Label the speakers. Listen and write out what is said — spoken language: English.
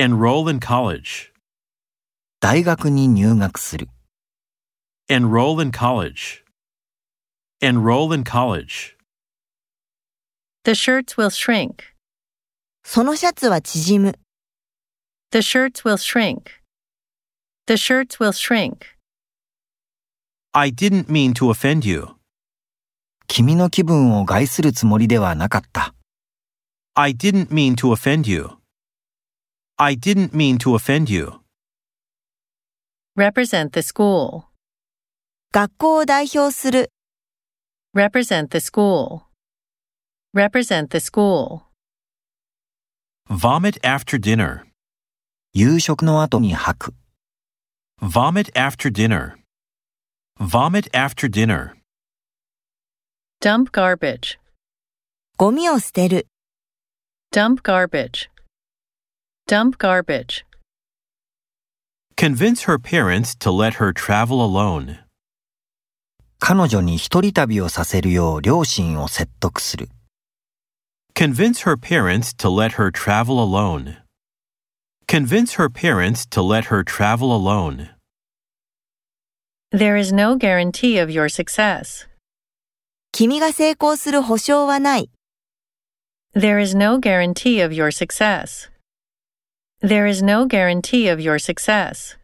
Speaker 1: Enroll in college.
Speaker 2: 大学に入学する。
Speaker 1: Enroll in college. Enroll in college.
Speaker 3: The shirts will shrink.
Speaker 4: そのシャツは縮む。
Speaker 3: The shirts will shrink. The shirts will shrink.
Speaker 1: I didn't mean to offend you.
Speaker 2: 君の気分を害するつもりではなかった。
Speaker 1: I didn't mean to offend you. I didn't mean to offend you.
Speaker 3: Represent the school.
Speaker 4: 学校を代表する。
Speaker 3: Represent the school. Represent the school.
Speaker 1: Vomit after dinner.
Speaker 2: 夕食の後に吐く。
Speaker 1: Vomit after dinner. Vomit after dinner.
Speaker 3: Dump garbage.
Speaker 4: ゴミを捨てる。
Speaker 3: Dump garbage. Dump garbage.
Speaker 1: Convince her parents to let her travel alone.
Speaker 2: 彼女に一人旅をさせるよう両親を説得する。
Speaker 1: Convince her parents to let her travel alone. Convince her parents to let her travel alone.
Speaker 3: There is no guarantee of your success.
Speaker 4: 君が成功する保証はない。
Speaker 3: There is no guarantee of your success. There is no guarantee of your success.